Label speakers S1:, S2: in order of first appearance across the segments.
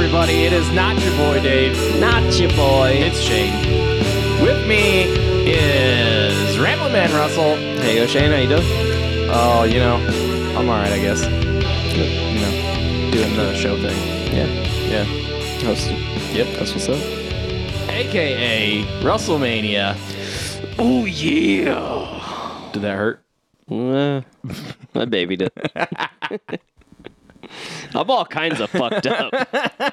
S1: is not your boy Dave.
S2: Not your boy.
S1: It's Shane. With me is Ramblin' Man Russell. Hey, yo, Shane, how you doing? Oh, you know, I'm all right, I guess. You know, doing the show thing.
S2: Yeah.
S1: Yeah,
S2: That's,
S1: yep.
S2: that's what's up.
S1: AKA WrestleMania. Oh yeah. Did that hurt?
S2: Uh, I babied it. I'm all kinds of fucked up. I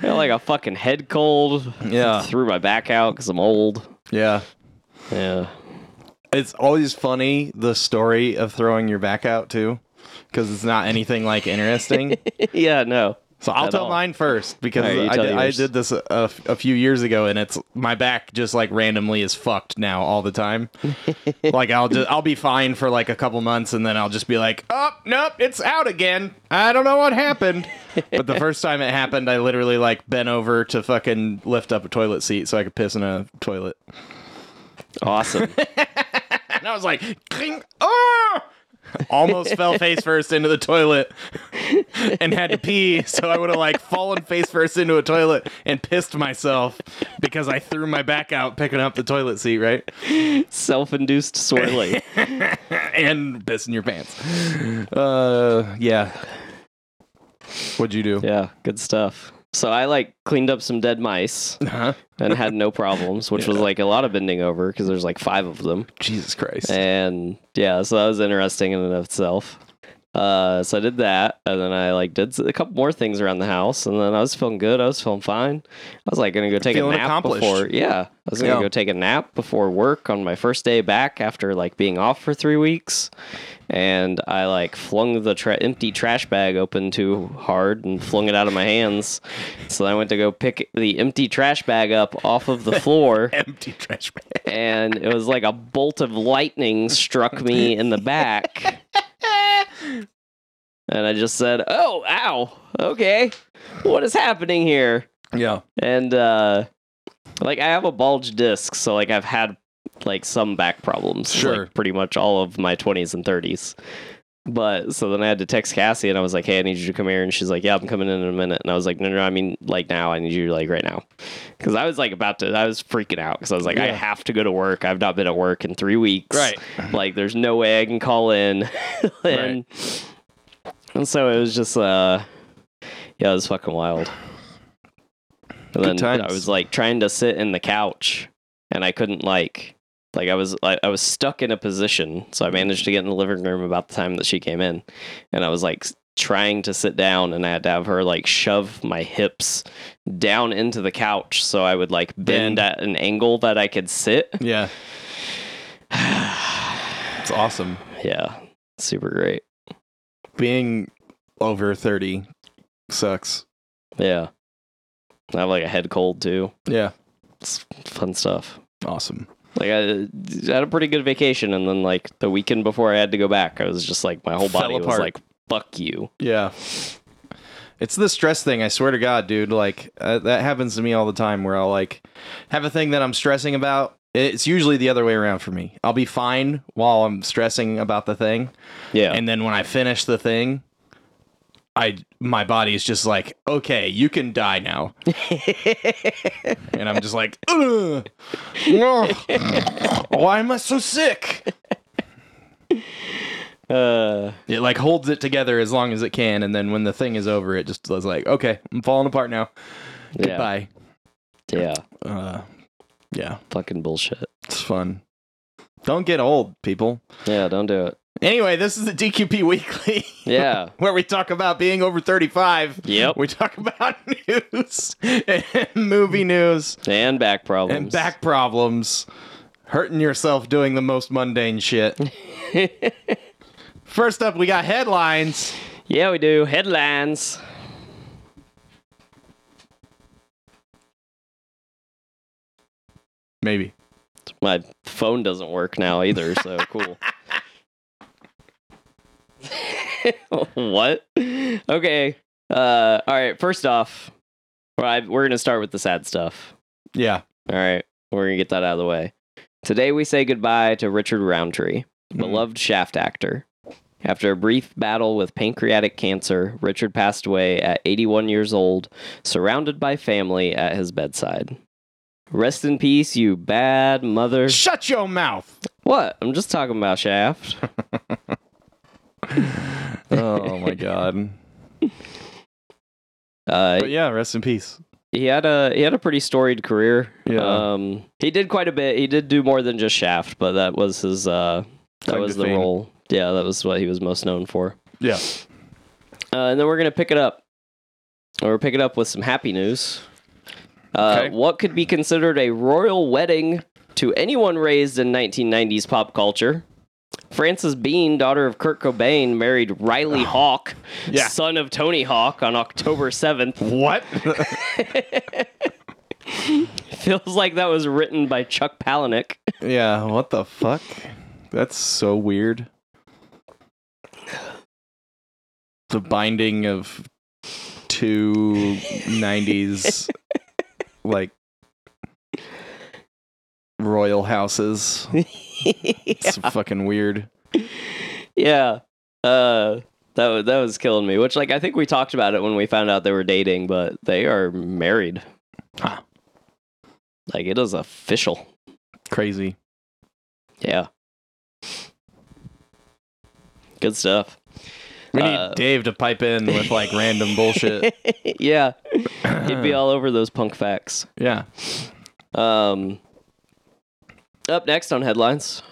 S2: got like a fucking head cold.
S1: Yeah.
S2: Threw my back out because I'm old.
S1: Yeah.
S2: Yeah.
S1: It's always funny the story of throwing your back out too, because it's not anything like interesting.
S2: yeah, no.
S1: So I'll
S2: At
S1: tell
S2: all.
S1: mine first because
S2: All right, you
S1: I,
S2: tell
S1: did, I
S2: yours.
S1: did this a, a f- a few years ago, and it's my back just like randomly is fucked now all the time. like I'll just I'll be fine for like a couple months, and then I'll just be like, oh nope, it's out again. I don't know what happened. but the first time it happened, I literally like bent over to fucking lift up a toilet seat so I could piss in a toilet,
S2: Awesome.
S1: and I was like, "Clink, oh! Almost fell face first into the toilet and had to pee, so I would have like fallen face first into a toilet and pissed myself because I threw my back out picking up the toilet seat, right?
S2: Self-induced swirling.
S1: And pissing your pants. Uh, yeah. What'd you do?
S2: Yeah, good stuff. So I like cleaned up some dead mice
S1: Huh?
S2: and had no problems, which was like a lot of bending over because there's like five of them.
S1: Jesus Christ.
S2: and yeah, so that was interesting in and of itself. Uh, so I did that, and then I like did a couple more things around the house, and then I was feeling good. I was feeling fine. I was like gonna go take
S1: Feeling
S2: a nap
S1: accomplished.
S2: before. Yeah, I was gonna
S1: Yeah.
S2: go take a nap before work on my first day back after like being off for three weeks, and I like flung the tra- empty trash bag open too hard and flung it out of my hands. So then I went to go pick the empty trash bag up off of the floor
S1: Empty trash bag.
S2: and it was like a bolt of lightning struck me in the back. and I just said, "Oh, ow. Okay. What is happening here?"
S1: Yeah.
S2: And uh like I have a bulge disc, so like I've had like some back problems like,
S1: Sure.
S2: pretty much all of my 20s and 30s. But so then I had to text Cassie and I was like, "Hey, I need you to come here." And she's like, "Yeah, I'm coming in in a minute." And I was like, "No, no, no, I mean like now. I need you like right now." Cuz I was like about to I was freaking out cuz I was like, "I
S1: Yeah.
S2: have to go to work. I've not been at work in 3 weeks."
S1: Right.
S2: Like there's no way I can call in. and, and so it was just uh yeah, it was fucking wild. And then
S1: Good
S2: I
S1: times.
S2: was like trying to sit in the couch and I couldn't like like I was like I was stuck in a position, so I managed to get in the living room about the time that she came in. And I was like s- trying to sit down and I had to have her like shove my hips down into the couch so I would like bend
S1: Bend.
S2: at an angle that I could sit.
S1: Yeah. It's awesome.
S2: Yeah. Super great.
S1: Being over 30 sucks.
S2: Yeah. I have like a head cold too.
S1: Yeah.
S2: It's fun stuff.
S1: Awesome.
S2: Like I, I had a pretty good vacation, and then like the weekend before I had to go back, I was just like my whole
S1: Fell
S2: body was
S1: apart.
S2: like, "Fuck you."
S1: Yeah. It's the stress thing, I swear to God, dude. Like, uh, that happens to me all the time where I'll, like, have a thing that I'm stressing about. It's usually the other way around for me. I'll be fine while I'm stressing about the thing.
S2: Yeah,
S1: And then when I finish the thing, I my body is just like, okay, you can die now. and I'm just like, Ugh, Ugh. why am I so sick?
S2: uh,
S1: It like holds it together as long as it can, and then when the thing is over, it just was like, okay, I'm falling apart now.
S2: yeah,
S1: Goodbye.
S2: yeah,
S1: Uh, yeah,
S2: fucking bullshit.
S1: it's fun. Don't get old, people.
S2: Yeah, don't do it.
S1: Anyway, this is the DQP Weekly,
S2: Yeah,
S1: where we talk about being over 35.
S2: Yep.
S1: We talk about news and movie news
S2: and back problems.
S1: and back problems, hurting yourself doing the most mundane shit. First up, we got headlines.
S2: Yeah, we do headlines.
S1: Maybe.
S2: My phone doesn't work now either, so cool. what? Okay. Uh, all right. First off, I- we're gonna start with the sad stuff.
S1: Yeah.
S2: All right, we're gonna get that out of the way. Today we say goodbye to Richard Roundtree, beloved Shaft actor. After a brief battle with pancreatic cancer, Richard passed away at 81 years old, surrounded by family at his bedside. Rest in peace, you bad mother.
S1: Shut your mouth.
S2: What? I'm just talking about Shaft.
S1: Oh my god.
S2: Uh,
S1: But yeah, rest in peace.
S2: he had a he had a pretty storied career.
S1: Yeah.
S2: Um, he did quite a bit. He did do more than just Shaft, but that was his uh, that
S1: Claim
S2: was
S1: to
S2: the
S1: fame.
S2: role. Yeah, that was what he was most known for.
S1: Yeah.
S2: Uh, and then we're gonna pick it up. We're pick it up with some happy news. Uh,
S1: Okay.
S2: What could be considered a royal wedding to anyone raised in 1990s pop culture? Frances Bean, daughter of Kurt Cobain, married Riley Hawk,
S1: Ah. Yeah.
S2: son of Tony Hawk, on October 7th.
S1: What?
S2: Feels like that was written by Chuck Palahniuk.
S1: yeah, what the fuck? That's so weird. The binding of two 90s like royal houses. It's fucking weird.
S2: yeah. Uh, that was, that was killing me. Which, like, I think we talked about it when we found out they were dating, but they are married.
S1: Huh.
S2: Like, it is official.
S1: Crazy.
S2: Yeah. Good stuff.
S1: We need
S2: Uh,
S1: Dave to pipe in with like random bullshit.
S2: yeah. He'd be all over those punk facts.
S1: yeah.
S2: Um, up next on headlines,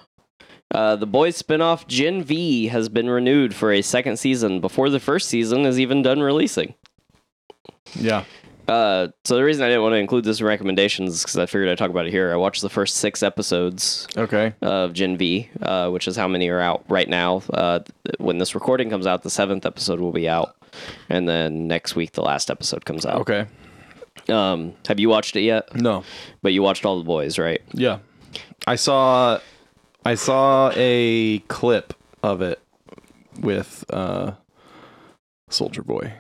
S2: uh, the boys spinoff Gen V has been renewed for a second season before the first season is even done releasing.
S1: Yeah.
S2: Uh, so the reason I didn't want to include this in recommendations is because I figured I'd talk about it here. I watched the first six episodes
S1: Okay.
S2: of Gen V, uh, which is how many are out right now. Uh, th- when this recording comes out, the seventh episode will be out, and then next week the last episode comes out.
S1: Okay.
S2: Um, have you watched it yet?
S1: No.
S2: But you watched all the boys, right?
S1: Yeah. I saw I saw a clip of it with uh Soldier Boy.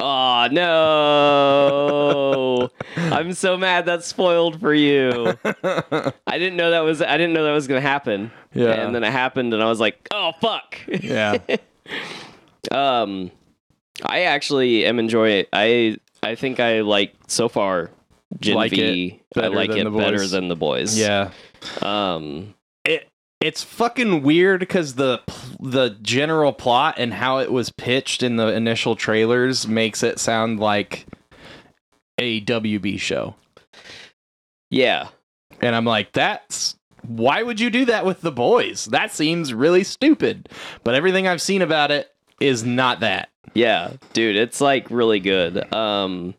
S2: Oh no! I'm so mad that's spoiled for you. I didn't know that was I didn't know that was gonna happen.
S1: Yeah.
S2: And then it happened, and I was like, oh fuck.
S1: Yeah.
S2: Um, I actually am enjoying it. I I think I like so far. Gen
S1: Like
S2: V.
S1: it
S2: I
S1: better
S2: like
S1: than
S2: it
S1: The
S2: better
S1: Boys.
S2: than the boys.
S1: yeah.
S2: Um.
S1: It it's fucking weird cuz the pl- the general plot and how it was pitched in the initial trailers makes it sound like a WB show.
S2: Yeah.
S1: And I'm like, that's why would you do that with the boys? That seems really stupid. But everything I've seen about it is not that.
S2: Yeah. Dude, it's like really good. Um,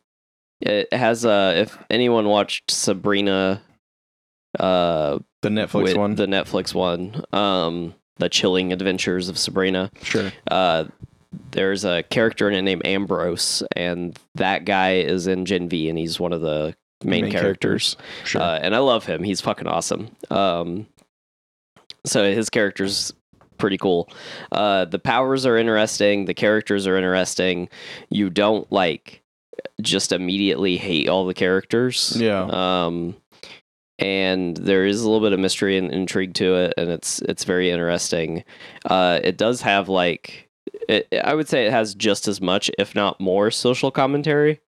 S2: it has uh. If anyone watched Sabrina, uh,
S1: The Netflix
S2: with
S1: one.
S2: the Netflix one, um, the Chilling Adventures of Sabrina,
S1: sure.
S2: uh, there's a character in it named Ambrose, and that guy is in Gen V, and he's one of the main, characters.
S1: Sure.
S2: Uh, and I love him; he's fucking awesome. Um, so his character's pretty cool. Uh, the powers are interesting. The characters are interesting. You don't like just immediately hate all the characters.
S1: yeah.
S2: Um, and there is a little bit of mystery and intrigue to it, and it's it's very interesting. Uh, it does have like, it, I would say it has just as much, if not more, social commentary.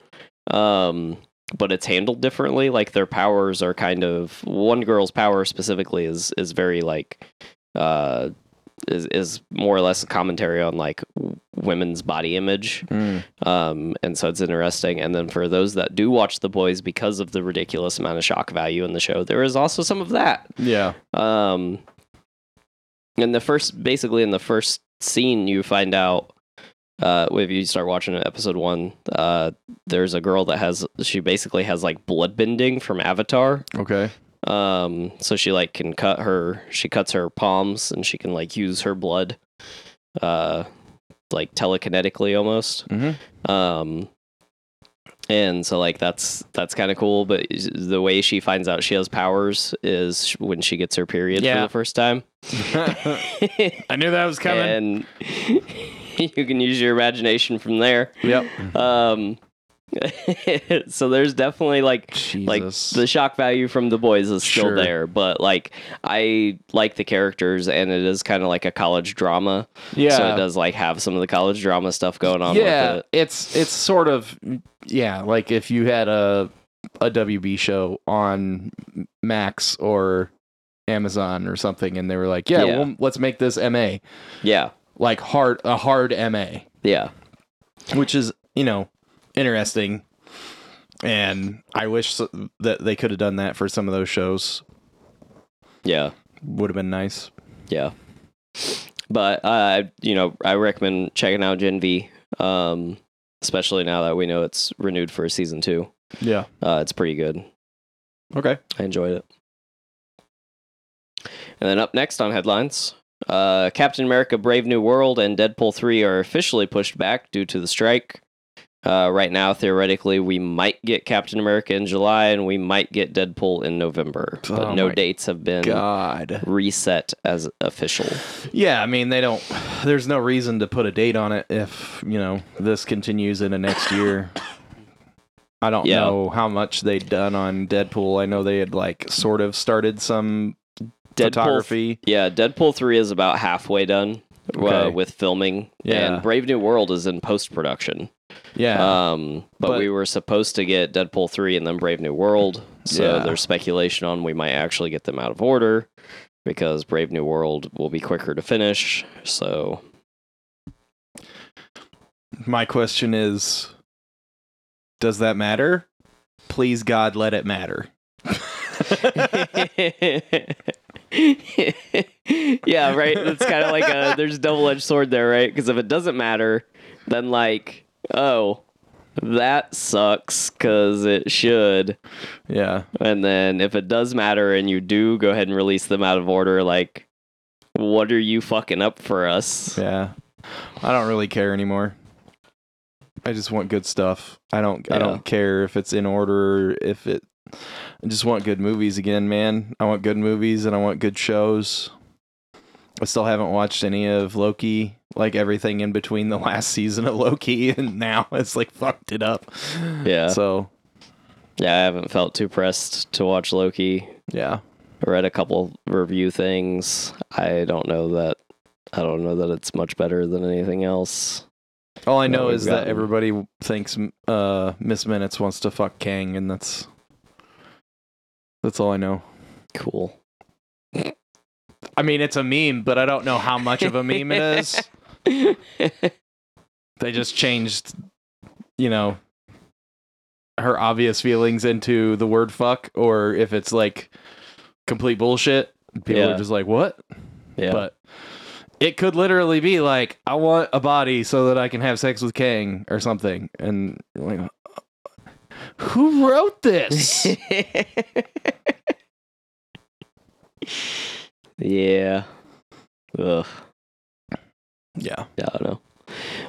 S2: Um, but it's handled differently. Like their powers are kind of one girl's power specifically is is very like, uh, is is more or less a commentary on like w- women's body image
S1: Mm.
S2: um, and so it's interesting. And then for those that do watch The Boys because of the ridiculous amount of shock value in the show, there is also some of that.
S1: Yeah.
S2: Um, in the first, basically in the first scene, you find out uh, if you start watching episode one, uh, there's a girl that has she basically has like bloodbending from Avatar.
S1: Okay.
S2: Um, so she like can cut her she cuts her palms and she can like use her blood, uh, like telekinetically almost
S1: Mhm.
S2: um and so like that's that's kind of cool but the way she finds out she has powers is when she gets her period for
S1: Yeah.
S2: the first time
S1: I knew that was coming.
S2: and you can use your imagination from there
S1: yep.
S2: um so there's definitely like like
S1: Jesus.
S2: the shock value from the boys is still
S1: Sure.
S2: there, but like I like the characters and it is kind of like a college drama.
S1: yeah.
S2: So it does like have some of the college drama stuff going on
S1: yeah,
S2: with it.
S1: it's it's sort of yeah, like if you had a a WB show on Max or Amazon or something, and they were like, yeah,
S2: Yeah.
S1: Well, let's make this MA
S2: Yeah.
S1: like hard a hard MA,
S2: Yeah.
S1: which is you know interesting, and I wish so- that they could have done that for some of those shows.
S2: Yeah.
S1: Would have been nice.
S2: Yeah. But uh you know, I recommend checking out Gen V. Um especially now that we know it's renewed for season 2.
S1: Yeah.
S2: Uh it's pretty good.
S1: Okay.
S2: I enjoyed it. And then up next on headlines, uh, Captain America: Brave New World and Deadpool three are officially pushed back due to the strike. Uh, right now, theoretically, we might get Captain America in July, and we might get Deadpool in November, but
S1: Oh
S2: no
S1: my
S2: dates have been
S1: God.
S2: reset as official.
S1: Yeah, I mean they don't. There's no reason to put a date on it if you know this continues into next year. I don't
S2: Yeah.
S1: know how much they'd done on Deadpool. I know they had like sort of started some
S2: Deadpool,
S1: photography.
S2: yeah, Deadpool three is about halfway done uh,
S1: Okay.
S2: with filming,
S1: Yeah.
S2: and Brave New World is in post production.
S1: Yeah,
S2: Um, but,
S1: But-
S2: we were supposed to get Deadpool 3 and then Brave New World. So
S1: Yeah.
S2: there's speculation on we might actually get them out of order because Brave New World will be quicker to finish. So
S1: my question is, does that matter? Please God, let it matter.
S2: Yeah, right. It's kind of like a there's a double-edged sword there, right? Because if it doesn't matter, then like, oh, that sucks cuz it should.
S1: yeah,
S2: And then if it does matter and you do go ahead and release them out of order, like, what are you fucking up for us?
S1: yeah. I don't really care anymore. I just want good stuff. I don't. I
S2: Yeah.
S1: don't care if it's in order. If it, I just want good movies again, man. I want good movies and I want good shows. I still haven't watched any of Loki. Like everything in between the last season of Loki and now, it's like fucked it up.
S2: Yeah.
S1: So
S2: Yeah, I haven't felt too pressed to watch Loki.
S1: yeah,
S2: I read a couple review things. I don't know that. I don't know that it's much better than anything else.
S1: all I
S2: Well,
S1: know
S2: we've
S1: is that
S2: gotten-
S1: everybody thinks uh, Miss Minutes wants to fuck Kang, and that's that's all I know.
S2: Cool.
S1: I mean, it's a meme, but I don't know how much of a meme it is. They just changed, you know, her obvious feelings into the word fuck, or if it's like complete bullshit, people
S2: Yeah.
S1: are just like, what?
S2: Yeah.
S1: But it could literally be like, I want a body so that I can have sex with Kang or something. And like, who wrote this?
S2: yeah.
S1: yeah.
S2: Ugh. Yeah, I don't know.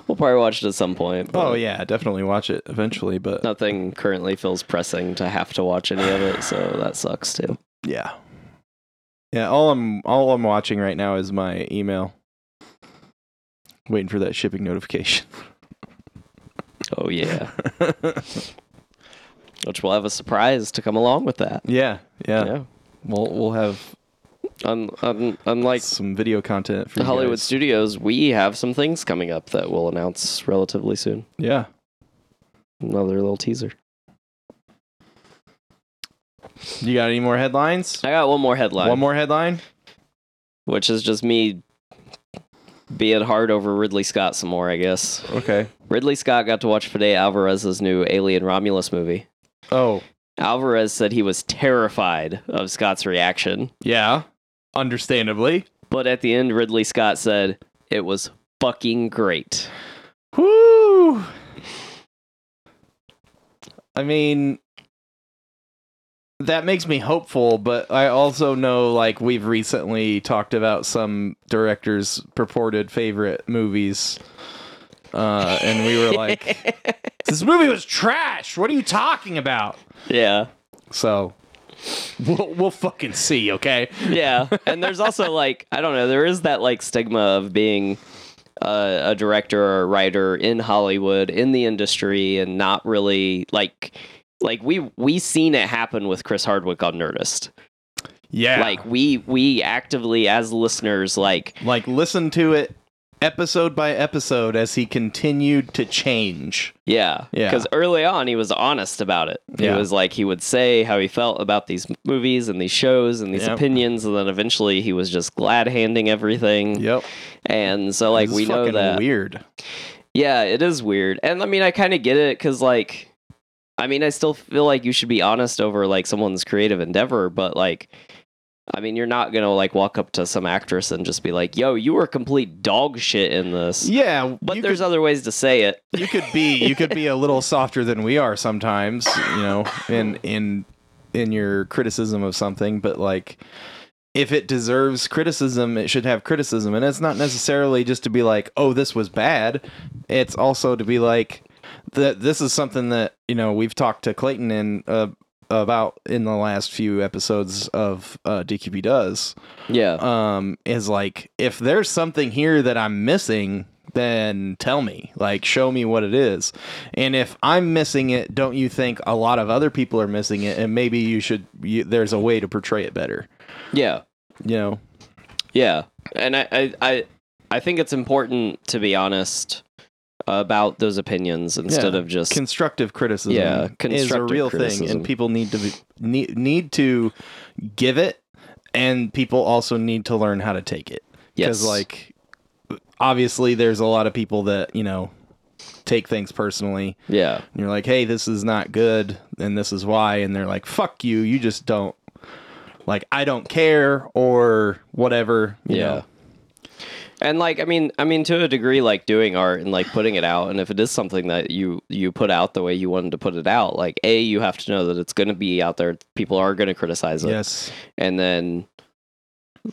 S2: We'll probably watch it at some point. but
S1: Oh, yeah. Definitely watch it eventually, but
S2: Nothing currently feels pressing to have to watch any of it, so that sucks too.
S1: Yeah. Yeah, all I'm all I'm watching right now is my email. Waiting for that shipping notification.
S2: Oh yeah. Which will have a surprise to come along with that.
S1: Yeah, yeah.
S2: Yeah.
S1: We'll we'll have
S2: Un- un- unlike
S1: some video content for
S2: the
S1: you
S2: Hollywood
S1: guys.
S2: studios, we have some things coming up that we'll announce relatively soon.
S1: Yeah.
S2: Another little teaser.
S1: You got any more headlines?
S2: I got one more headline,
S1: One more headline?
S2: which is just me being hard over Ridley Scott some more, I guess.
S1: Okay.
S2: Ridley Scott got to watch Fede Alvarez's new Alien Romulus movie.
S1: Oh,
S2: Alvarez said he was terrified of Scott's reaction,
S1: yeah. Understandably.
S2: but at the end, Ridley Scott said it was fucking great.
S1: Woo! I mean, that makes me hopeful, but I also know, like, we've recently talked about some directors' purported favorite movies. Uh, and we were like, this movie was trash. What are you talking about?
S2: Yeah.
S1: So, we'll, we'll fucking see, okay?
S2: yeah and there's also like i don't know there is that like stigma of being uh, a director or a writer in Hollywood in the industry and not really like like we we seen it happen with Chris Hardwick on Nerdist.
S1: Yeah. Like,
S2: Like we we actively as listeners like
S1: like listen to it episode by episode as he continued to change.
S2: Yeah.
S1: Yeah.
S2: Because early on, he was honest about it.
S1: Yeah.
S2: It was like he would say how he felt about these movies and these shows and these
S1: Yep.
S2: opinions. And then eventually he was just glad handing everything.
S1: Yep.
S2: And so, like,
S1: This is
S2: we know
S1: fucking
S2: that.
S1: weird.
S2: Yeah, it is weird. And I mean, I kind of get it because, like, I mean, I still feel like you should be honest over, like, someone's creative endeavor, but, like, I mean, you're not going to, like, walk up to some actress and just be like, yo, you were complete dog shit in this.
S1: Yeah,
S2: But
S1: you
S2: there's
S1: could,
S2: other ways to say it.
S1: you could be you could be a little softer than we are sometimes, you know, in in in your criticism of something, but like if it deserves criticism, it should have criticism. And it's not necessarily just to be like, "Oh, this was bad." It's also to be like that this is something that, you know, we've talked to Clayton in uh, about in the last few episodes of uh, DQB does.
S2: Yeah.
S1: um is like if there's something here that I'm missing then tell me like show me what it is and if I'm missing it don't you think a lot of other people are missing it and maybe you should you, there's a way to portray it better
S2: yeah.
S1: you know
S2: Yeah, and I, I, I, I think it's important to be honest about those opinions instead
S1: Yeah.
S2: of just
S1: constructive criticism
S2: Yeah,
S1: is a
S2: constructive
S1: real thing
S2: criticism.
S1: and people need to be, need, need to give it and people also need to learn how to take it
S2: yes,
S1: because like obviously there's a lot of people that you know take things personally
S2: yeah,
S1: And you're like, hey, this is not good, and this is why. And they're like, fuck you, you just don't like I don't care or whatever. you
S2: yeah.
S1: know.
S2: And like I mean I mean to a degree like doing art and like putting it out and if it is something that you you put out the way you wanted to put it out like a you have to know that it's going to be out there people are going to criticize it
S1: Yes.
S2: and then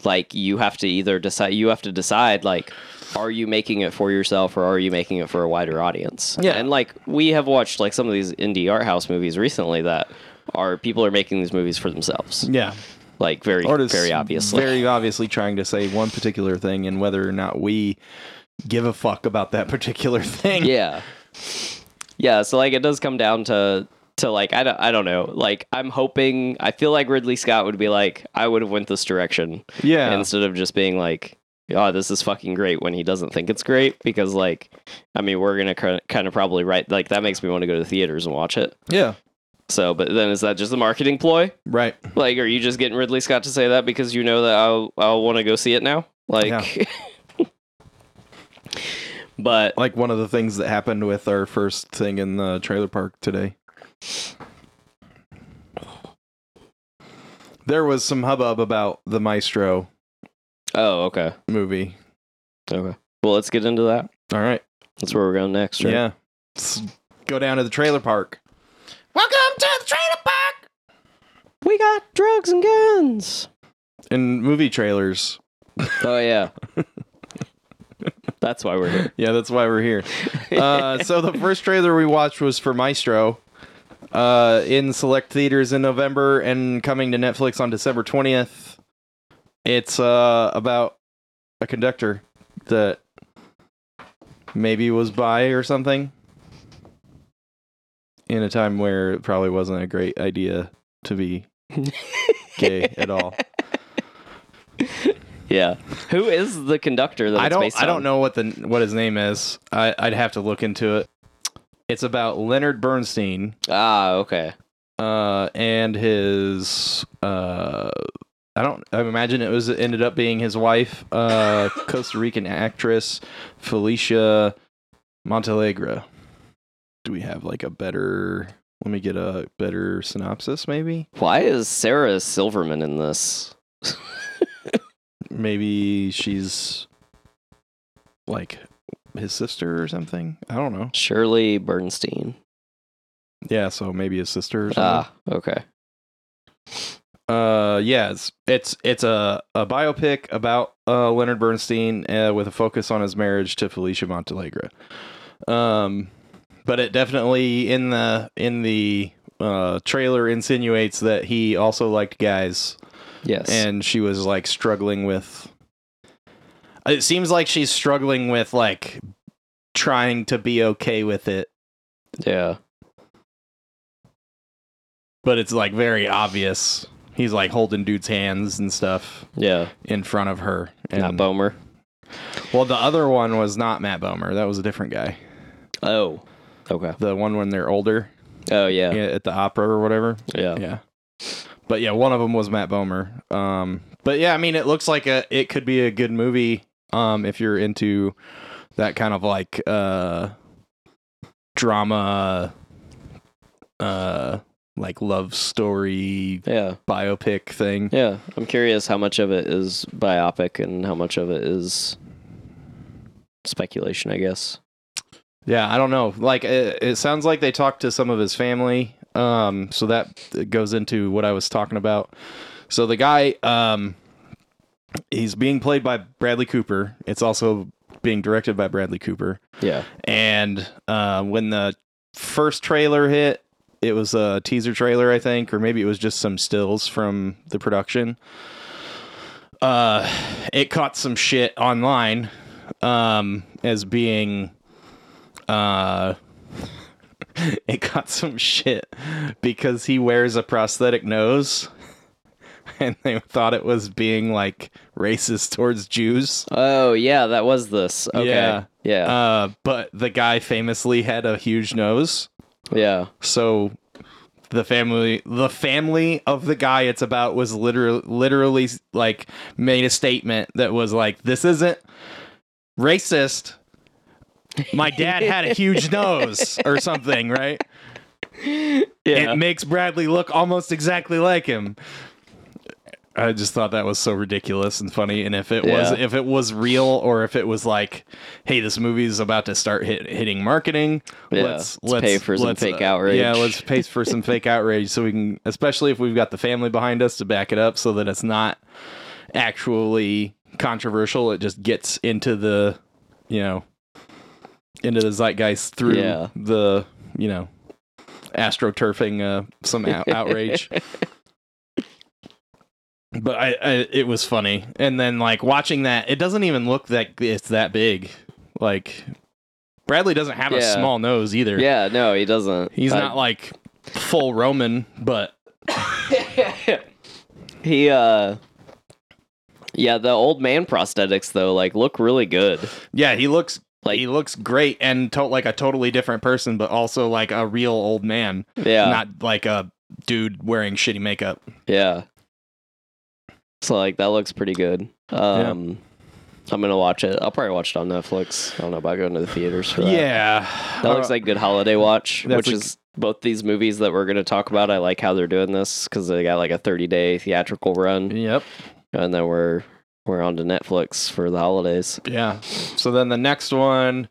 S2: like you have to either decide you have to decide like are you making it for yourself or are you making it for a wider audience
S1: Yeah.
S2: and like we have watched like some of these indie art house movies recently that are people are making these movies for themselves
S1: Yeah.
S2: like very
S1: Artists
S2: very obviously
S1: Very obviously trying to say one particular thing and whether or not we give a fuck about that particular thing.
S2: yeah yeah so like it does come down to to like I don't, I don't know like i'm hoping i feel like ridley scott would be like i would have went this direction
S1: Yeah.
S2: instead of just being like oh this is fucking great when he doesn't think it's great because like i mean we're gonna kind of probably write like that makes me want to go to the theaters and watch it
S1: yeah.
S2: so but then is that just a marketing ploy
S1: Right.
S2: like are you just getting ridley scott to say that because you know that i'll, I'll want to go see it now like but
S1: Like one of the things that happened with our first thing in the trailer park today. There was some hubbub about the Maestro
S2: oh okay
S1: movie.
S2: okay well let's get into that
S1: All right.
S2: that's where we're going next right?
S1: Yeah. Let's go down to the trailer park. Welcome to the trailer park.
S2: we got drugs and guns
S1: In movie trailers.
S2: oh yeah that's why we're here
S1: Yeah, that's why we're here. Uh, so the first trailer we watched was for Maestro. Uh, in select theaters in November and coming to Netflix on December 20th. It's uh, about a conductor that maybe was by or something in a time where it probably wasn't a great idea to be gay at all.
S2: Yeah. Who is the conductor that
S1: I
S2: it's
S1: don't.
S2: based
S1: I don't
S2: on?
S1: know what the what his name is. I, I'd have to look into it. It's about Leonard Bernstein
S2: Ah, okay.
S1: uh, and his. Uh, I don't. I imagine it was it ended up being his wife, uh, Costa Rican actress Felicia Montalegre. Do we have like a better? Let me get a better synopsis, maybe.
S2: Why is Sarah Silverman in this?
S1: Maybe she's like his sister or something. I don't know.
S2: Shirley Bernstein.
S1: Yeah, so maybe his sister or something.
S2: Ah, okay.
S1: uh yeah, it's it's it's a, a biopic about uh Leonard Bernstein uh, with a focus on his marriage to Felicia Montalegre. Um but it definitely in the in the uh trailer insinuates that he also liked guys
S2: Yes.
S1: and she was like struggling with It seems like she's struggling with like trying to be okay with it,
S2: Yeah.
S1: but it's like very obvious. He's like holding dude's hands and stuff
S2: Yeah.
S1: in front of her. And,
S2: Not Bomer.
S1: well, the other one was not Matt Bomer. That was a different guy.
S2: Oh. Okay.
S1: The one when they're older
S2: Oh yeah. Yeah.
S1: yeah, at the opera or whatever. Yeah. But yeah, one of them was Matt Bomer. Um, but yeah, I mean, it looks like a it could be a good movie. Um, if you're into that kind of like uh drama, uh, like love story
S2: Yeah.
S1: biopic thing.
S2: Yeah. I'm curious how much of it is biopic and how much of it is speculation, I guess.
S1: Yeah, I don't know. Like it, it sounds like they talked to some of his family. Um, so that goes into what I was talking about. So the guy, um, he's being played by Bradley Cooper. It's also being directed by Bradley Cooper.
S2: Yeah.
S1: And uh, when the first trailer hit, it was a teaser trailer, I think, or maybe it was just some stills from the production. Uh, it caught some shit online um, as being. Uh, it got some shit because he wears a prosthetic nose. And they thought it was being like racist towards Jews.
S2: Oh yeah, that was this. Okay.
S1: Yeah.
S2: Yeah. Yeah.
S1: Uh, but the guy famously had a huge nose, so the family, the family of the guy it's about was literally, literally like made a statement that was like, "This isn't racist." My dad had a huge nose or something, right?
S2: Yeah.
S1: It makes Bradley look almost exactly like him. I just thought that was so ridiculous and funny. And if it was
S2: Yeah.
S1: if it was real or if it was like, hey, this movie's about to start hit, hitting marketing.
S2: Yeah,
S1: Let's, uh,
S2: let's pay for some fake outrage.
S1: Yeah, let's pay for some fake outrage so we can, especially if we've got the family behind us to back it up, so that it's not actually controversial. It just gets into the, you know, into the zeitgeist through
S2: Yeah.
S1: the, you know, astroturfing uh, some out- outrage. But I, I, it was funny, and then like watching that, it doesn't even look that it's that big. Like Bradley doesn't have a
S2: Yeah.
S1: small nose either.
S2: Yeah, no, he doesn't. Uh,
S1: he's
S2: I-
S1: not like full Roman, but
S2: he uh yeah the old man prosthetics though like look really good
S1: yeah, he looks
S2: Like-
S1: he looks great and to- like a totally different person, but also like a real old man,
S2: yeah
S1: not like a dude wearing shitty makeup.
S2: yeah so like that looks pretty good um i'm gonna watch it i'll probably watch it on netflix i don't know about going to the theaters for that
S1: Yeah,
S2: that looks
S1: Uh,
S2: like good holiday watch
S1: That's
S2: which
S1: like-
S2: is both these movies that we're gonna talk about i like how they're doing this because they got like a 30 day theatrical run
S1: yep,
S2: and then we're we're on to netflix for the holidays
S1: yeah. So then the next one,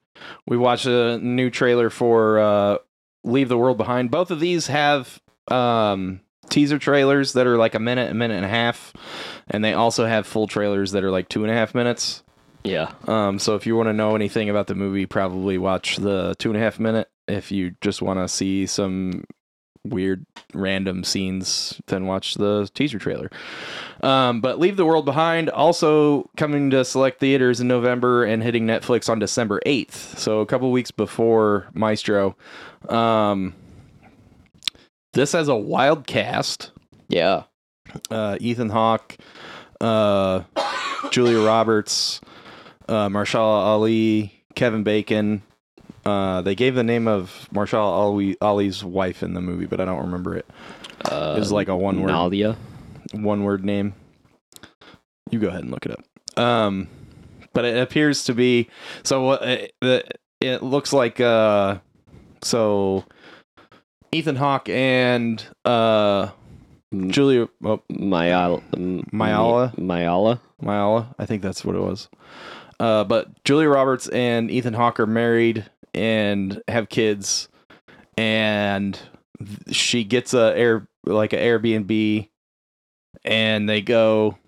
S1: we watch a new trailer for uh, Leave the World Behind. Both of these have um, teaser trailers that are like a minute, a minute and a half, and they also have full trailers that are like two and a half minutes.
S2: yeah
S1: Um, so if you want to know anything about the movie, probably watch the two and a half minute. If you just want to see some weird random scenes, then watch the teaser trailer. Um, but Leave the World Behind also coming to select theaters in November and hitting Netflix on December 8th. So a couple weeks before Maestro. Um, this has a wild cast
S2: yeah
S1: uh, Ethan Hawke, uh, Julia Roberts, uh, Marshall Ali, Kevin Bacon. Uh, they gave the name of Marshall Ali, Ali's wife in the movie, but I don't remember it.
S2: uh,
S1: It was like a one word
S2: Nadia.
S1: one word name. You go ahead and look it up. Um, but it appears to be so. What it, the it looks like. Uh, so Ethan Hawke and uh,
S2: M-
S1: Julia. Oh,
S2: Mayala. M-
S1: Mayala?
S2: Mayala.
S1: Myala. I think that's what it was. Uh, but Julia Roberts and Ethan Hawke are married and have kids, and th- she gets a air like an Airbnb, and they go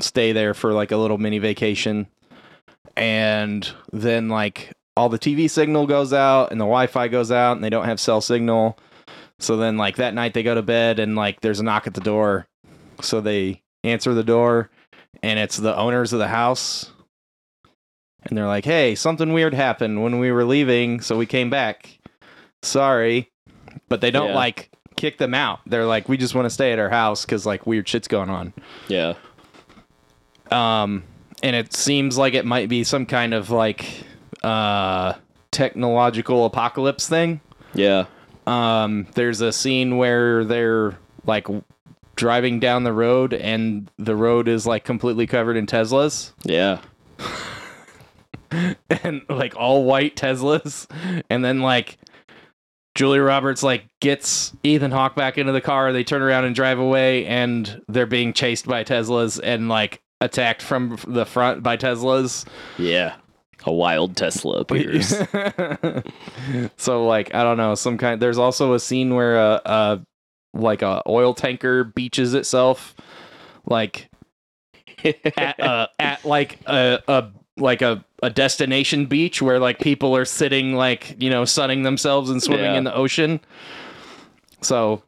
S1: stay there for like a little mini vacation, and then like all the TV signal goes out and the Wi-Fi goes out and they don't have cell signal. So then like that night they go to bed and like there's a knock at the door. So they answer the door and it's the owners of the house and they're like, "Hey, something weird happened when we were leaving, so we came back. Sorry." But they don't
S2: Yeah.
S1: like kick them out. They're like, "We just want to stay at our house cuz like weird shit's going on."
S2: Yeah.
S1: Um and it seems like it might be some kind of like uh technological apocalypse thing.
S2: Yeah.
S1: Um, there's a scene where they're like w- driving down the road and the road is like completely covered in Teslas
S2: Yeah.
S1: and like all white Teslas. And then like Julia Roberts like gets Ethan Hawke back into the car. They turn around and drive away and they're being chased by Teslas and like attacked from the front by Teslas.
S2: Yeah. A wild Tesla appears.
S1: so like I don't know some kind. There's also a scene where a, a like a oil tanker beaches itself, like at a, at like a, a like a, a destination beach where like people are sitting like you know sunning themselves and swimming
S2: Yeah.
S1: in the ocean. So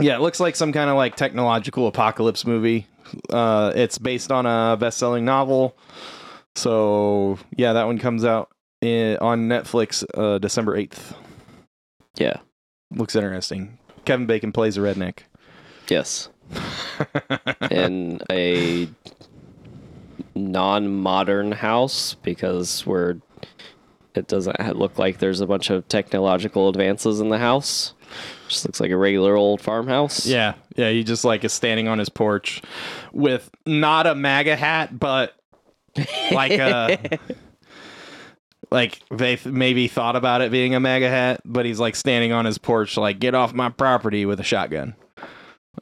S1: yeah, it looks like some kind of like technological apocalypse movie. Uh, it's based on a best-selling novel. So yeah, that one comes out in, on Netflix uh, December eighth.
S2: yeah.
S1: Looks interesting. Kevin Bacon plays a redneck.
S2: Yes. In a non-modern house because we're it doesn't ha- look like there's a bunch of technological advances in the house. Just looks like a regular old farmhouse.
S1: Yeah, yeah. He just like is standing on his porch with not a MAGA hat, but like a like they th- maybe thought about it being a MAGA hat, but he's like standing on his porch, like get off my property with a shotgun,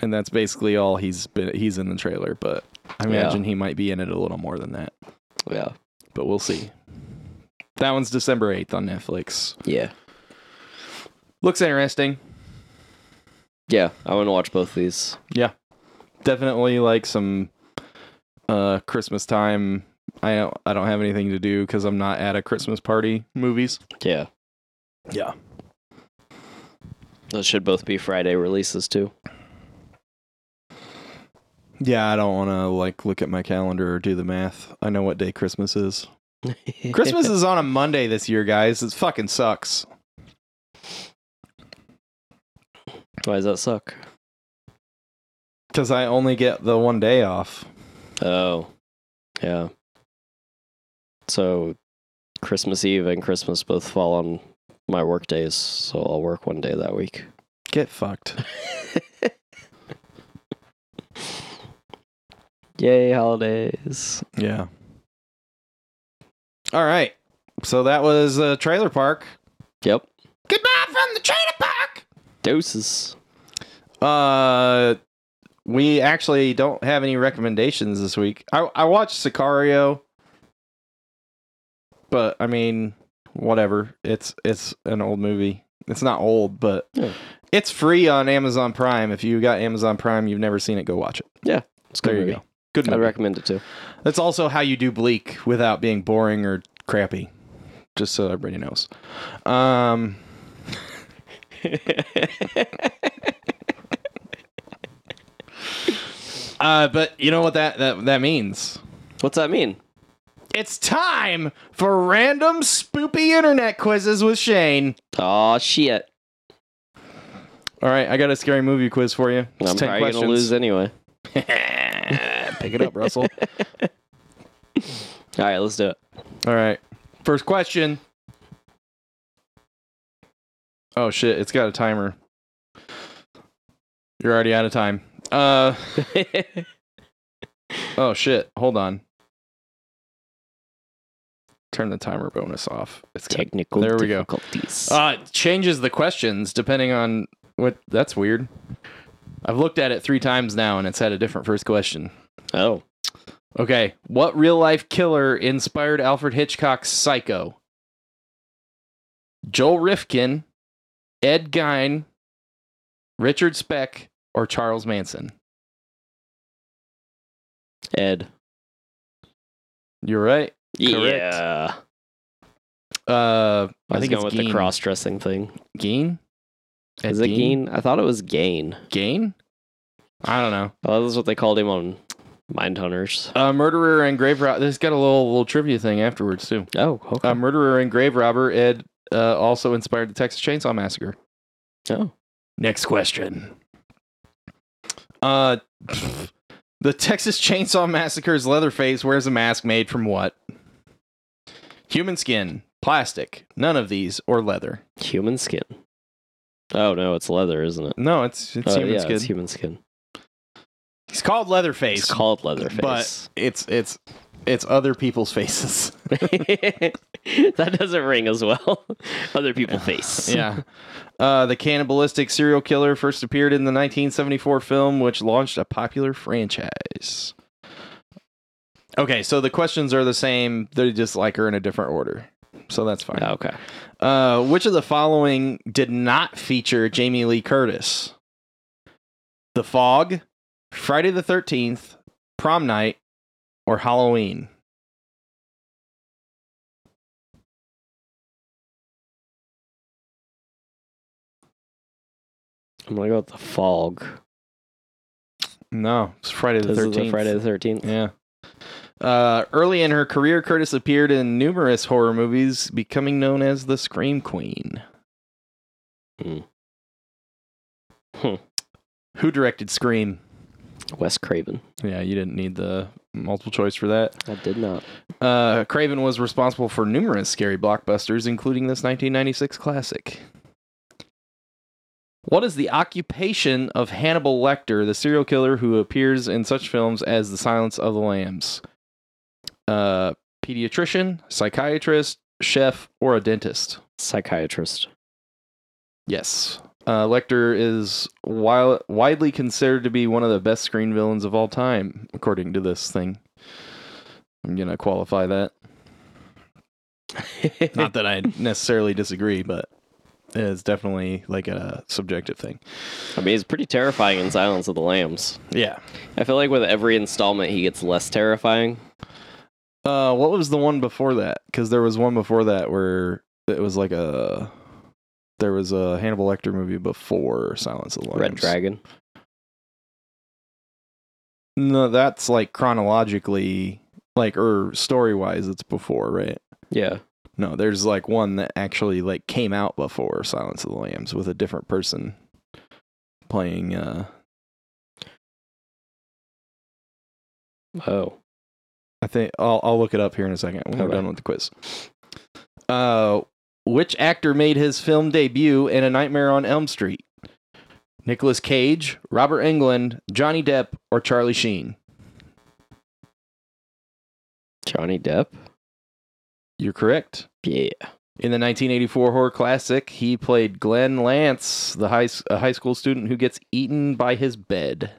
S1: and that's basically all he's been. He's in the trailer, but I
S2: Yeah.
S1: imagine he might be in it a little more than that.
S2: Yeah.
S1: But we'll see. That one's December eighth on Netflix.
S2: Yeah.
S1: Looks interesting.
S2: Yeah. I want to watch both of these.
S1: Yeah. Definitely like some uh Christmas time. I don't I don't have anything to do cuz I'm not at a Christmas party movies.
S2: Yeah.
S1: Yeah.
S2: Those should both be Friday releases too.
S1: Yeah, I don't want to like look at my calendar or do the math. I know what day Christmas is. Christmas is on a Monday this year, guys. It fucking sucks.
S2: Why does that suck?
S1: Cuz I only get the one day off.
S2: Oh, yeah. So Christmas Eve and Christmas both fall on my work days, so I'll work one day that week.
S1: Get fucked.
S2: Yay, holidays.
S1: Yeah. All right. So that was uh, Trailer Park.
S2: Yep.
S1: Goodbye from the Trailer Park.
S2: Doses.
S1: Uh, we actually don't have any recommendations this week. I I watched Sicario, but I mean, whatever. It's it's an old movie. It's not old, but
S2: Yeah.
S1: it's free on Amazon Prime. If you got Amazon Prime, you've never seen it, go watch it.
S2: It's a good
S1: There you
S2: movie.
S1: go. Good
S2: I'd
S1: movie.
S2: recommend it too.
S1: That's also how you do bleak without being boring or crappy. Just so everybody knows. Um, uh, but you know what that that, that means.
S2: What's that mean?
S1: It's time for random spoopy internet quizzes with Shane.
S2: Oh shit!
S1: All right, I got a scary movie quiz for you. It's
S2: I'm
S1: 10
S2: probably
S1: questions.
S2: gonna lose anyway.
S1: Pick it up, Russell.
S2: All right, let's do it.
S1: All right. First question. Oh shit, it's got a timer. You're already out of time. Uh oh shit, hold on. Turn the timer bonus off. It's got
S2: Technical
S1: There we go.
S2: difficulties.
S1: Uh, it changes the questions depending on what. That's weird. I've looked at it three times now, and it's had a different first question.
S2: oh,
S1: Okay, what real life killer inspired Alfred Hitchcock's Psycho? Joel Rifkin, Ed Gein, Richard Speck, or Charles Manson?
S2: Ed.
S1: You're right.
S2: Yeah.
S1: Uh,
S2: I,
S1: I
S2: was
S1: think
S2: going
S1: it's
S2: with
S1: Gein.
S2: the cross-dressing thing.
S1: Gein. Ed
S2: Is it Gain? I thought it was Gain.
S1: Gein? I don't know.
S2: Oh, that's what they called him on mind hunters.
S1: Uh, murderer and grave robber. There's got a little little trivia thing afterwards too.
S2: Oh, okay.
S1: Uh, murderer and grave robber Ed uh, also inspired the Texas Chainsaw Massacre.
S2: oh.
S1: Next question. Uh, the Texas Chainsaw Massacre's Leatherface wears a mask made from what? Human skin, plastic, none of these, or leather.
S2: Human skin. Oh no, it's leather, isn't it?
S1: No, it's it's
S2: Oh,
S1: human
S2: yeah,
S1: skin.
S2: it's human skin.
S1: He's called Leatherface.
S2: It's called Leatherface.
S1: But it's it's it's other people's faces.
S2: that doesn't ring as well. Other people face.
S1: yeah. Uh, the cannibalistic serial killer first appeared in the 1974 film, which launched a popular franchise. Okay, so the questions are the same. They just like are in a different order. So that's fine.
S2: Oh, Okay.
S1: Uh, which of the following did not feature Jamie Lee Curtis? The Fog, Friday the 13th, Prom Night, or Halloween?
S2: I'm gonna go with the fog.
S1: No, it's Friday the
S2: This is
S1: 13th.
S2: the Friday the thirteenth.
S1: Yeah. Uh, early in her career, Curtis appeared in numerous horror movies, becoming known as the Scream Queen.
S2: Hmm. Hmm.
S1: Who directed Scream?
S2: Wes Craven.
S1: Yeah, you didn't need the multiple choice for that.
S2: I did not.
S1: Uh, Craven was responsible for numerous scary blockbusters, including this 1996 classic. What is the occupation of Hannibal Lecter, the serial killer who appears in such films as The Silence of the Lambs? Uh, pediatrician, psychiatrist, chef, or a dentist?
S2: Psychiatrist.
S1: Yes. Uh, Lecter is wi- widely considered to be one of the best screen villains of all time, according to this thing. I'm going to qualify that. Not that I necessarily disagree, but it's definitely like a subjective thing.
S2: I mean, he's pretty terrifying in Silence of the Lambs.
S1: Yeah.
S2: I feel like with every installment, he gets less terrifying.
S1: Uh, what was the one before that? Because there was one before that where it was like a. There was a Hannibal Lecter movie before Silence of the Lambs.
S2: Red Dragon.
S1: No, that's like chronologically, like or story wise, it's before, right?
S2: Yeah.
S1: No, there's like one that actually like came out before Silence of the Lambs with a different person playing. uh
S2: Oh.
S1: I think I'll I'll look it up here in a second when we're
S2: Okay.
S1: done with the quiz. Uh, which actor made his film debut in A Nightmare on Elm Street? Nicolas Cage, Robert Englund, Johnny Depp, or Charlie Sheen?
S2: Johnny Depp.
S1: You're correct.
S2: Yeah.
S1: In the 1984 horror classic, he played Glenn Lance, the high, a high school student who gets eaten by his bed.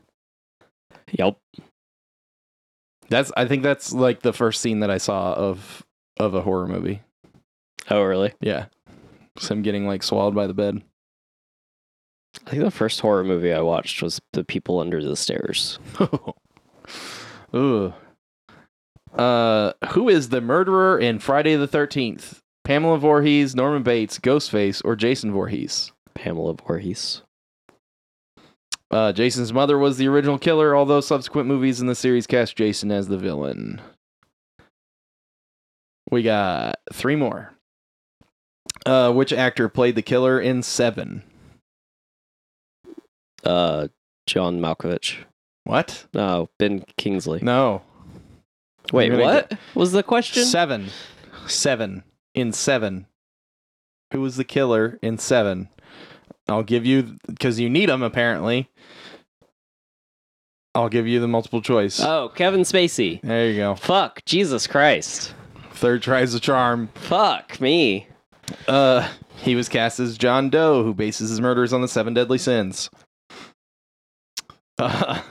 S2: Yep.
S1: That's I think that's like the first scene that I saw of of a horror movie.
S2: Oh, really?
S1: Yeah. It's him getting like swallowed by the bed.
S2: I think the first horror movie I watched was The People Under the Stairs.
S1: Ooh. Uh, who is the murderer in Friday the 13th? Pamela Voorhees, Norman Bates, Ghostface, or Jason Voorhees?
S2: Pamela Voorhees.
S1: Uh, Jason's mother was the original killer, although subsequent movies in the series cast Jason as the villain. We got three more. Uh, which actor played the killer in Seven?
S2: Uh, John Malkovich.
S1: What?
S2: No, Ben Kingsley.
S1: No.
S2: Wait,
S1: You're gonna
S2: what was the question?
S1: Seven. Seven. In Seven. Who was the killer in Seven? I'll give you, because you need them apparently. I'll give you the multiple choice.
S2: Oh, Kevin Spacey.
S1: there you go.
S2: Fuck, Jesus Christ.
S1: Third tries the charm.
S2: Fuck me.
S1: Uh, he was cast as John Doe, who bases his murders on the seven deadly sins. Uh,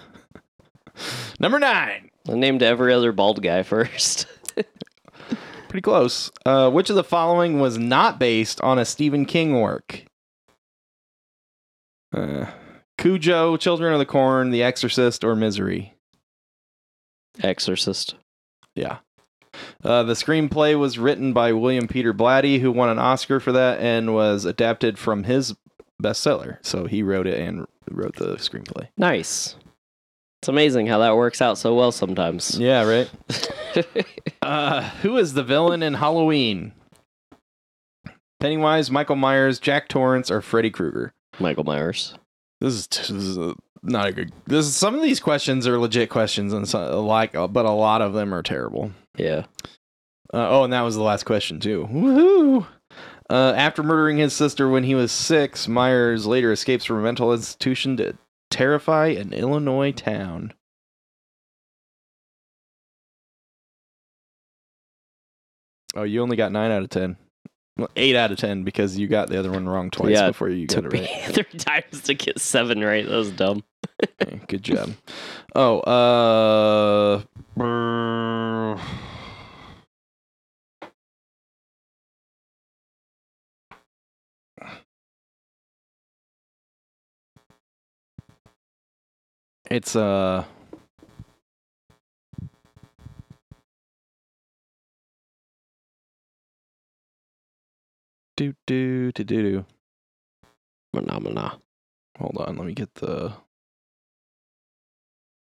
S1: number nine.
S2: I named every other bald guy first.
S1: Pretty close. Uh, which of the following was not based on a Stephen King work? Uh, Cujo, Children of the Corn, The Exorcist, or Misery?
S2: Exorcist.
S1: Yeah. Uh, the screenplay was written by William Peter Blatty, who won an Oscar for that and was adapted from his bestseller. So he wrote it and wrote the screenplay.
S2: Nice. It's amazing how that works out so well sometimes.
S1: Yeah, right. uh, who is the villain in Halloween? Pennywise, Michael Myers, Jack Torrance, or Freddy Krueger?
S2: Michael Myers.
S1: This is, this is uh not a good. This is, some of these questions are legit questions, and so, like, uh, but a lot of them are terrible.
S2: Yeah.
S1: Uh, oh, and that was the last question too. Woohoo! Uh, after murdering his sister when he was six, Myers later escapes from a mental institution to terrify an Illinois town. Oh, you only got nine out of ten. Well, eight out of ten because you got the other one wrong twice
S2: Yeah,
S1: before you got
S2: Took
S1: it
S2: me
S1: right.
S2: three times to get seven right. That was dumb.
S1: Okay, good job. Oh, uh. brr. It's, uh. Do, do, do, do, do.
S2: Phenomena.
S1: Hold on, let me get the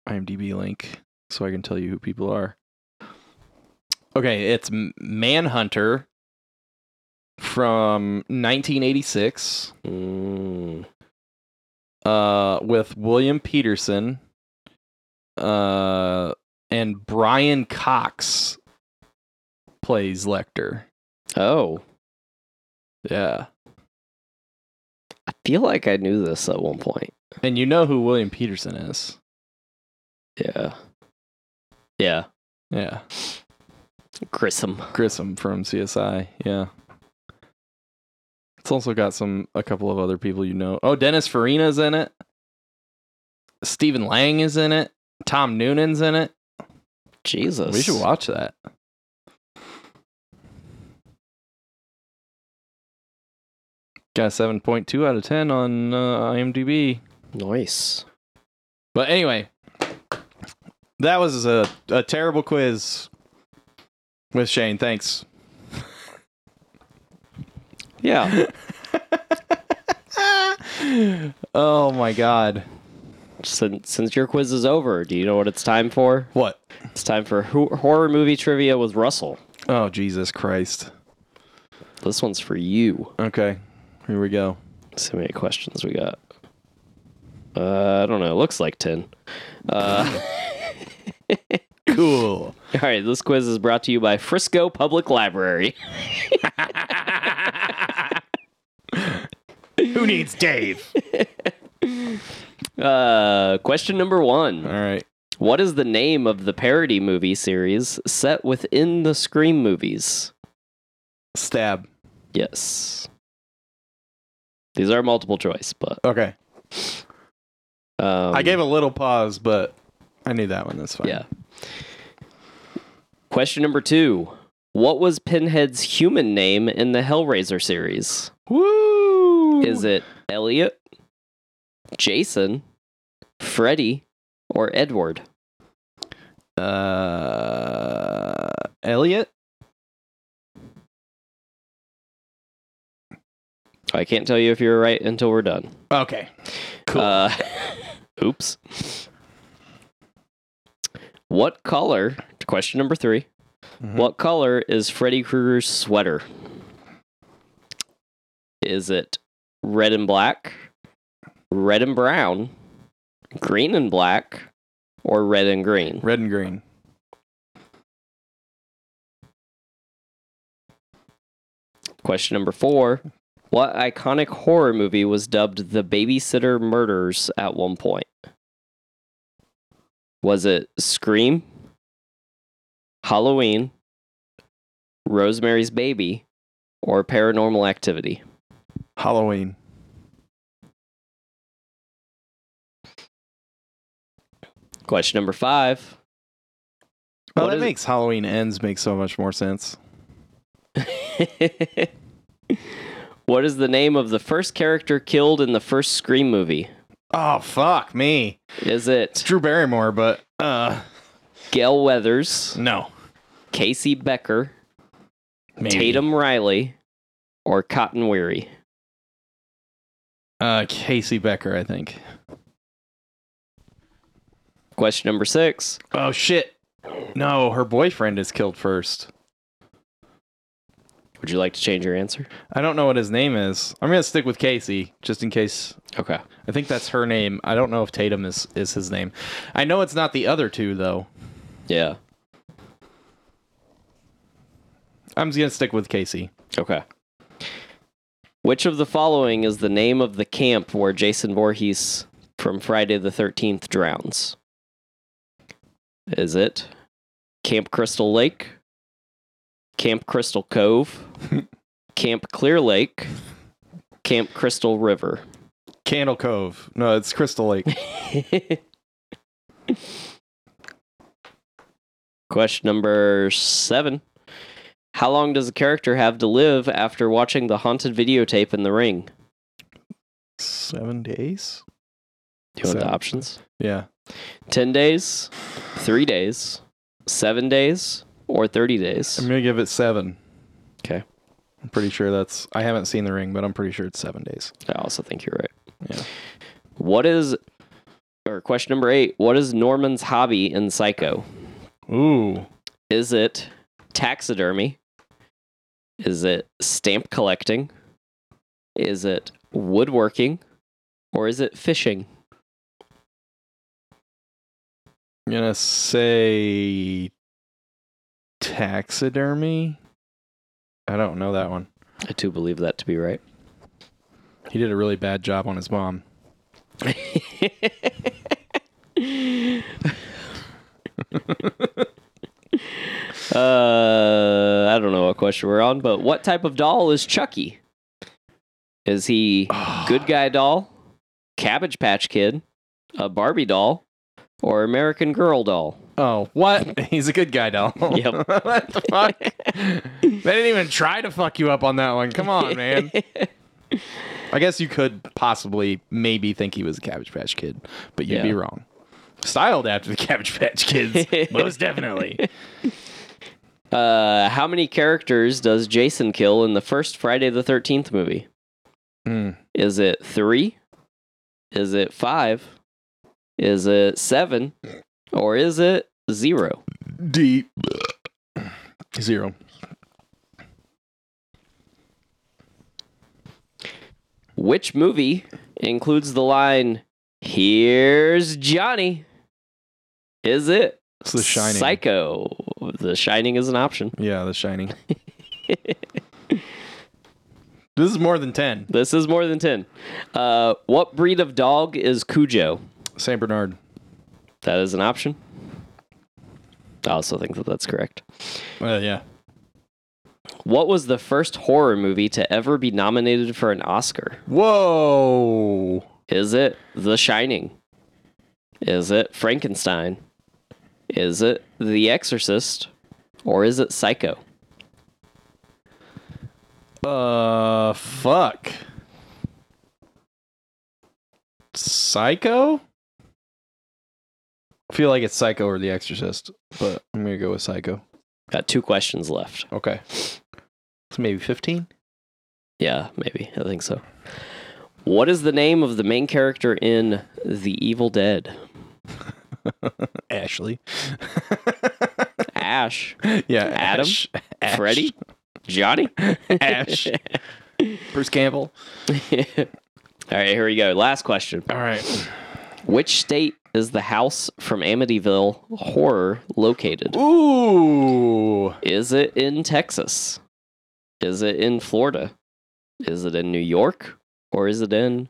S1: IMDb link so I can tell you who people are. Okay, it's M- Manhunter from 1986
S2: Mm.
S1: uh, with William Peterson uh, and Brian Cox plays Lecter.
S2: Oh,
S1: Yeah.
S2: I feel like I knew this at one point.
S1: And you know who William Peterson is.
S2: Yeah. Yeah.
S1: Yeah.
S2: Grissom.
S1: Grissom from CSI. Yeah. It's also got some a couple of other people you know. Oh, Dennis Farina's in it. Stephen Lang is in it. Tom Noonan's in it.
S2: Jesus.
S1: We should watch that. Got a 7.2 out of 10 on uh, IMDb.
S2: Nice.
S1: But anyway, that was a, a terrible quiz with Shane. Thanks.
S2: Yeah.
S1: oh my god.
S2: since since your quiz is over, do you know what it's time for?
S1: What?
S2: It's time for ho- horror movie trivia with Russell.
S1: Oh Jesus Christ.
S2: This one's for you.
S1: Okay. Here we go.
S2: Let's see how many questions we got. Uh, I don't know. Looks like ten. Uh,
S1: Cool.
S2: all right. This quiz is brought to you by Frisco Public Library.
S1: Who needs Dave?
S2: Uh, question number one.
S1: All right.
S2: What is the name of the parody movie series set within the Scream movies?
S1: Stab.
S2: Yes. These are multiple choice, but
S1: Okay.
S2: um,
S1: I gave a little pause, but I knew that one. That's fine.
S2: Yeah. Question number two. What was Pinhead's human name in the Hellraiser series?
S1: Woo!
S2: Is it Elliot, Jason, Freddy, or Edward?
S1: uh Elliot?
S2: I can't tell you if you're right until we're done.
S1: Okay.
S2: Uh, oops. What color? Question number 3
S1: Mhm.
S2: What color is Freddy Krueger's sweater? Is it red and black, red and brown, green and black, or red and green?
S1: Red and green.
S2: Question number four. What iconic horror movie was dubbed The Babysitter Murders at one point? Was it Scream, Halloween, Rosemary's Baby, or Paranormal Activity?
S1: Halloween.
S2: Question number five.
S1: Well,
S2: What
S1: that
S2: is-
S1: makes Halloween ends make so much more sense.
S2: what is the name of the first character killed in the first Scream movie?
S1: Oh fuck me.
S2: Is
S1: It's
S2: it
S1: Drew Barrymore, but uh
S2: Gail Weathers,
S1: no.
S2: Casey Becker,
S1: Maybe.
S2: Tatum Riley, or Cotton Weary?
S1: Uh Casey Becker, I think.
S2: question number six.
S1: Oh shit. No, her boyfriend is killed first.
S2: Would you like to change your answer?
S1: I don't know what his name is. I'm gonna stick with Casey, just in case.
S2: Okay.
S1: I think that's her name. I don't know if Tatum is is his name. I know it's not the other two though.
S2: Yeah.
S1: I'm just gonna stick with Casey.
S2: Okay. Which of the following is the name of the camp where Jason Voorhees from Friday the 13th drowns? Is it Camp Crystal Lake, Camp Crystal Cove, Camp Clear Lake, Camp Crystal River?
S1: Candle Cove. No, it's Crystal Lake.
S2: Question number seven. How long does a character have to live after watching the haunted videotape in the ring?
S1: Seven days.
S2: Do you want the
S1: Seven.
S2: options?
S1: Yeah.
S2: 10 days, 3 days, 7 days, or 30
S1: I'm
S2: days?
S1: gonna give it seven.
S2: 'Kay.
S1: I'm pretty sure that's. I haven't seen the ring, but I'm pretty sure it's seven days.
S2: I also think you're right.
S1: Yeah.
S2: What is, or question number eight, what is Norman's hobby in Psycho?
S1: Ooh.
S2: Is it taxidermy? Is it stamp collecting? Is it woodworking? Or is it fishing?
S1: I'm gonna say taxidermy. I don't know that one.
S2: I do believe that to be right.
S1: He did a really bad job on his mom.
S2: Uh, I don't know what question we're on, but what type of doll is Chucky? Is he good guy doll, Cabbage Patch Kid, a Barbie doll, or American Girl doll?
S1: Oh, what? He's a good guy, doll.
S2: Yep.
S1: what the fuck? they didn't even try to fuck you up on that one. Come on, man. I guess you could possibly maybe think he was a Cabbage Patch Kid, but you'd
S2: Yeah.
S1: be wrong. Styled after the Cabbage Patch Kids, most definitely.
S2: Uh, how many characters does Jason kill in the first Friday the 13th movie?
S1: Hmm.
S2: Is it three? Is it five? Is it seven? Or is it zero?
S1: Deep zero.
S2: Which movie includes the line, Here's Johnny? Is it
S1: It's The Shining.
S2: Psycho? The Shining is an option.
S1: yeah, The Shining. this is more than ten.
S2: This is more than 10. Uh, what breed of dog is Cujo?
S1: Saint Bernard.
S2: That is an option. I also think that that's correct.
S1: Uh, yeah.
S2: What was the first horror movie to ever be nominated for an Oscar?
S1: Whoa.
S2: Is it The Shining? Is it Frankenstein? Is it The Exorcist? Or is it Psycho?
S1: Uh, fuck. Psycho? I feel like it's Psycho or The Exorcist, but I'm going to go with Psycho.
S2: Got two questions left.
S1: Okay. So maybe 15?
S2: Yeah, maybe. I think so. What is the name of the main character in The Evil Dead?
S1: Ashley.
S2: Ash,
S1: Yeah.
S2: Adam?
S1: Ash. Ash.
S2: Freddy, Johnny?
S1: Ash. Bruce Campbell.
S2: All right, here we go. Last question.
S1: All right.
S2: Which state is the house from Amityville horror located?
S1: Ooh.
S2: Is it in Texas? Is it in Florida? Is it in New York? Or is it in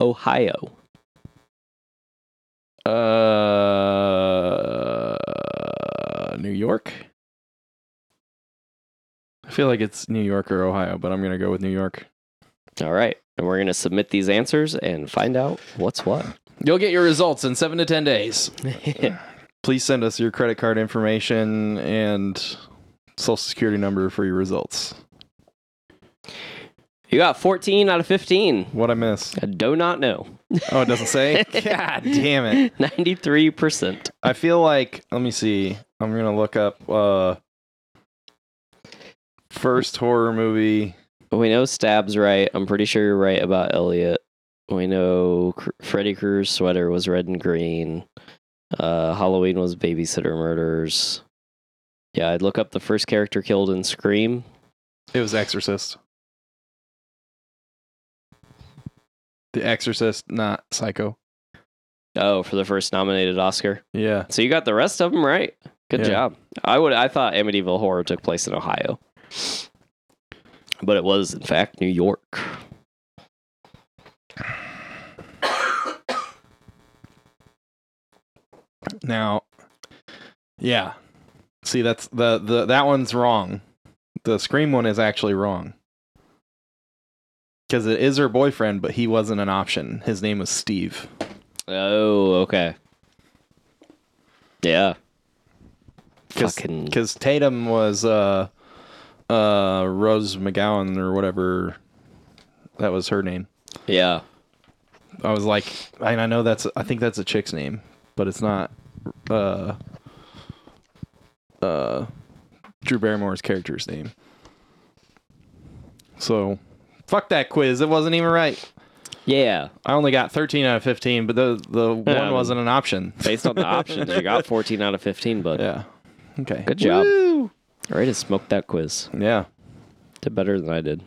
S2: Ohio?
S1: Uh, New York. I feel like it's New York or Ohio, but I'm gonna go with New York.
S2: All right. And we're going to submit these answers and find out what's what.
S1: You'll get your results in seven to ten days. Please send us your credit card information and social security number for your results.
S2: you got 14 out of 15.
S1: What I miss?
S2: I do not know.
S1: Oh, it doesn't say. God damn it!
S2: 93%.
S1: I feel like let me see. I'm gonna look up uh first horror movie.
S2: We know Stab's right. I'm pretty sure you're right about Elliot. We know Cr- Freddy Krueger's sweater was red and green. Uh, Halloween was Babysitter Murders. Yeah, I'd look up the first character killed in Scream.
S1: It was Exorcist. The Exorcist, not Psycho.
S2: Oh, for the first nominated Oscar.
S1: Yeah.
S2: So you got the rest of them right. Good
S1: Yeah.
S2: job. I would. I thought Amityville Horror took place in Ohio, but it was in fact New York.
S1: Now, yeah. See, that's the the that one's wrong. The Scream one is actually wrong. Because it is her boyfriend, but he wasn't an option. His name was Steve.
S2: Oh, okay. Yeah. Fucking
S1: Because Tatum was uh, uh, Rose McGowan or whatever. That was her name.
S2: yeah.
S1: I was like, and I know that's, I think that's a chick's name, but it's not, uh, uh, Drew Barrymore's character's name. So, fuck that quiz. It wasn't even right.
S2: Yeah.
S1: I only got 13 out of 15, but the the one
S2: Um, Yeah.
S1: wasn't an option.
S2: Based on the options, you got 14 out of 15, but
S1: Yeah. Okay.
S2: Good job.
S1: Woo!
S2: I just smoked that quiz.
S1: Yeah.
S2: Did better than I did.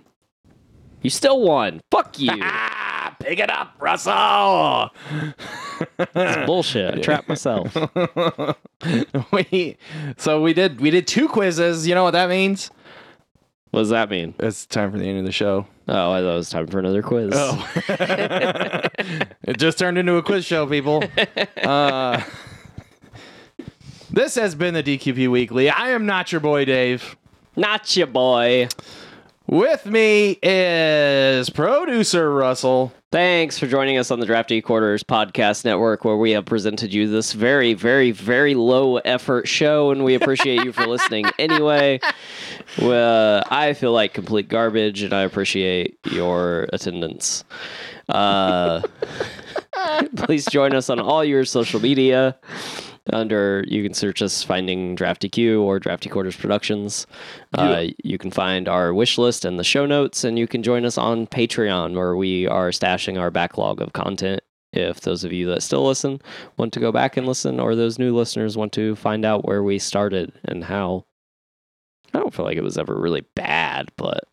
S2: You still won. Fuck you.
S1: Ah, pick it up, Russell.
S2: It's bullshit. I trapped myself.
S1: we, so we did we did two quizzes. You know what that means?
S2: What does that mean?
S1: It's time for the end of the show.
S2: Oh, I thought it was time for another quiz.
S1: it just turned into a quiz show, people. Uh, this has been the DQP Weekly. I am not your boy, Dave.
S2: Not your boy.
S1: With me is producer Russell.
S2: Thanks for joining us on the Drafty Quarters Podcast Network, where we have presented you this very, very, very low effort show, and we appreciate you for listening anyway. Well, I feel like complete garbage, and I appreciate your attendance. Uh, please join us on all your social media. Under you can search us finding Drafty Q or Drafty Quarters Productions. Uh, you can find our wish list and the show notes, and you can join us on Patreon where we are stashing our backlog of content. If those of you that still listen want to go back and listen, or those new listeners want to find out where we started and how. I don't feel like it was ever really bad, but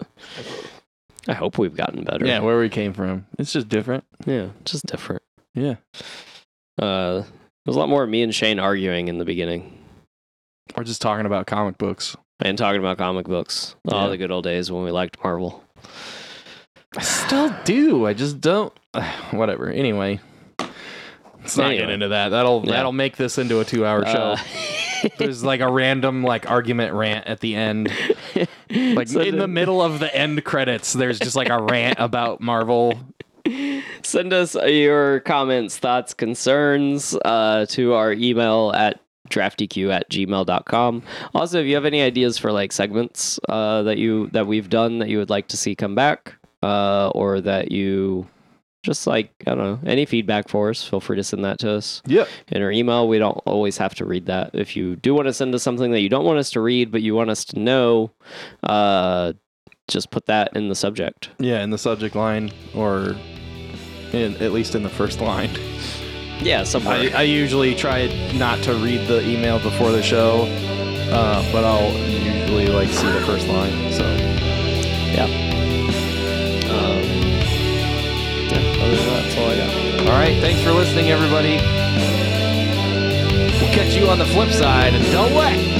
S2: I hope we've gotten better.
S1: Yeah, where we came from. It's just different.
S2: yeah, just different.
S1: Yeah.
S2: Uh, there's a lot more of me and Shane arguing in the beginning
S1: We're just talking about comic books.
S2: and talking about comic books. All
S1: Yeah.
S2: the good old days when we liked Marvel.
S1: I still do. I just don't. Whatever. Anyway, let's not get
S2: Anyway.
S1: into that. That'll
S2: Yeah.
S1: that'll make this into a two-hour show.
S2: Uh,
S1: There's like a random like argument rant at the end, like
S2: send,
S1: in the middle of the end credits. There's just like a rant about Marvel.
S2: send us your comments, thoughts, concerns uh, to our email at draftyq at gmail.com also if you have any ideas for like segments uh, that you that we've done that you would like to see come back uh, or that you just like i don't know any feedback for us feel free to send that to us
S1: Yep.
S2: in our email. We don't always have to read that. If you do want to send us something that you don't want us to read, but you want us to know, uh, just put that in the subject.
S1: Yeah, in the subject line, or in, at least in the first line.
S2: Yeah, somewhere.
S1: I, I usually try not to read the email before the show, uh, but I'll usually like see the first line. So.
S2: yeah. Um, yeah. Other than that, that's all I got.
S1: All right, thanks for listening, everybody. We'll catch you on the flip side, and don't wet.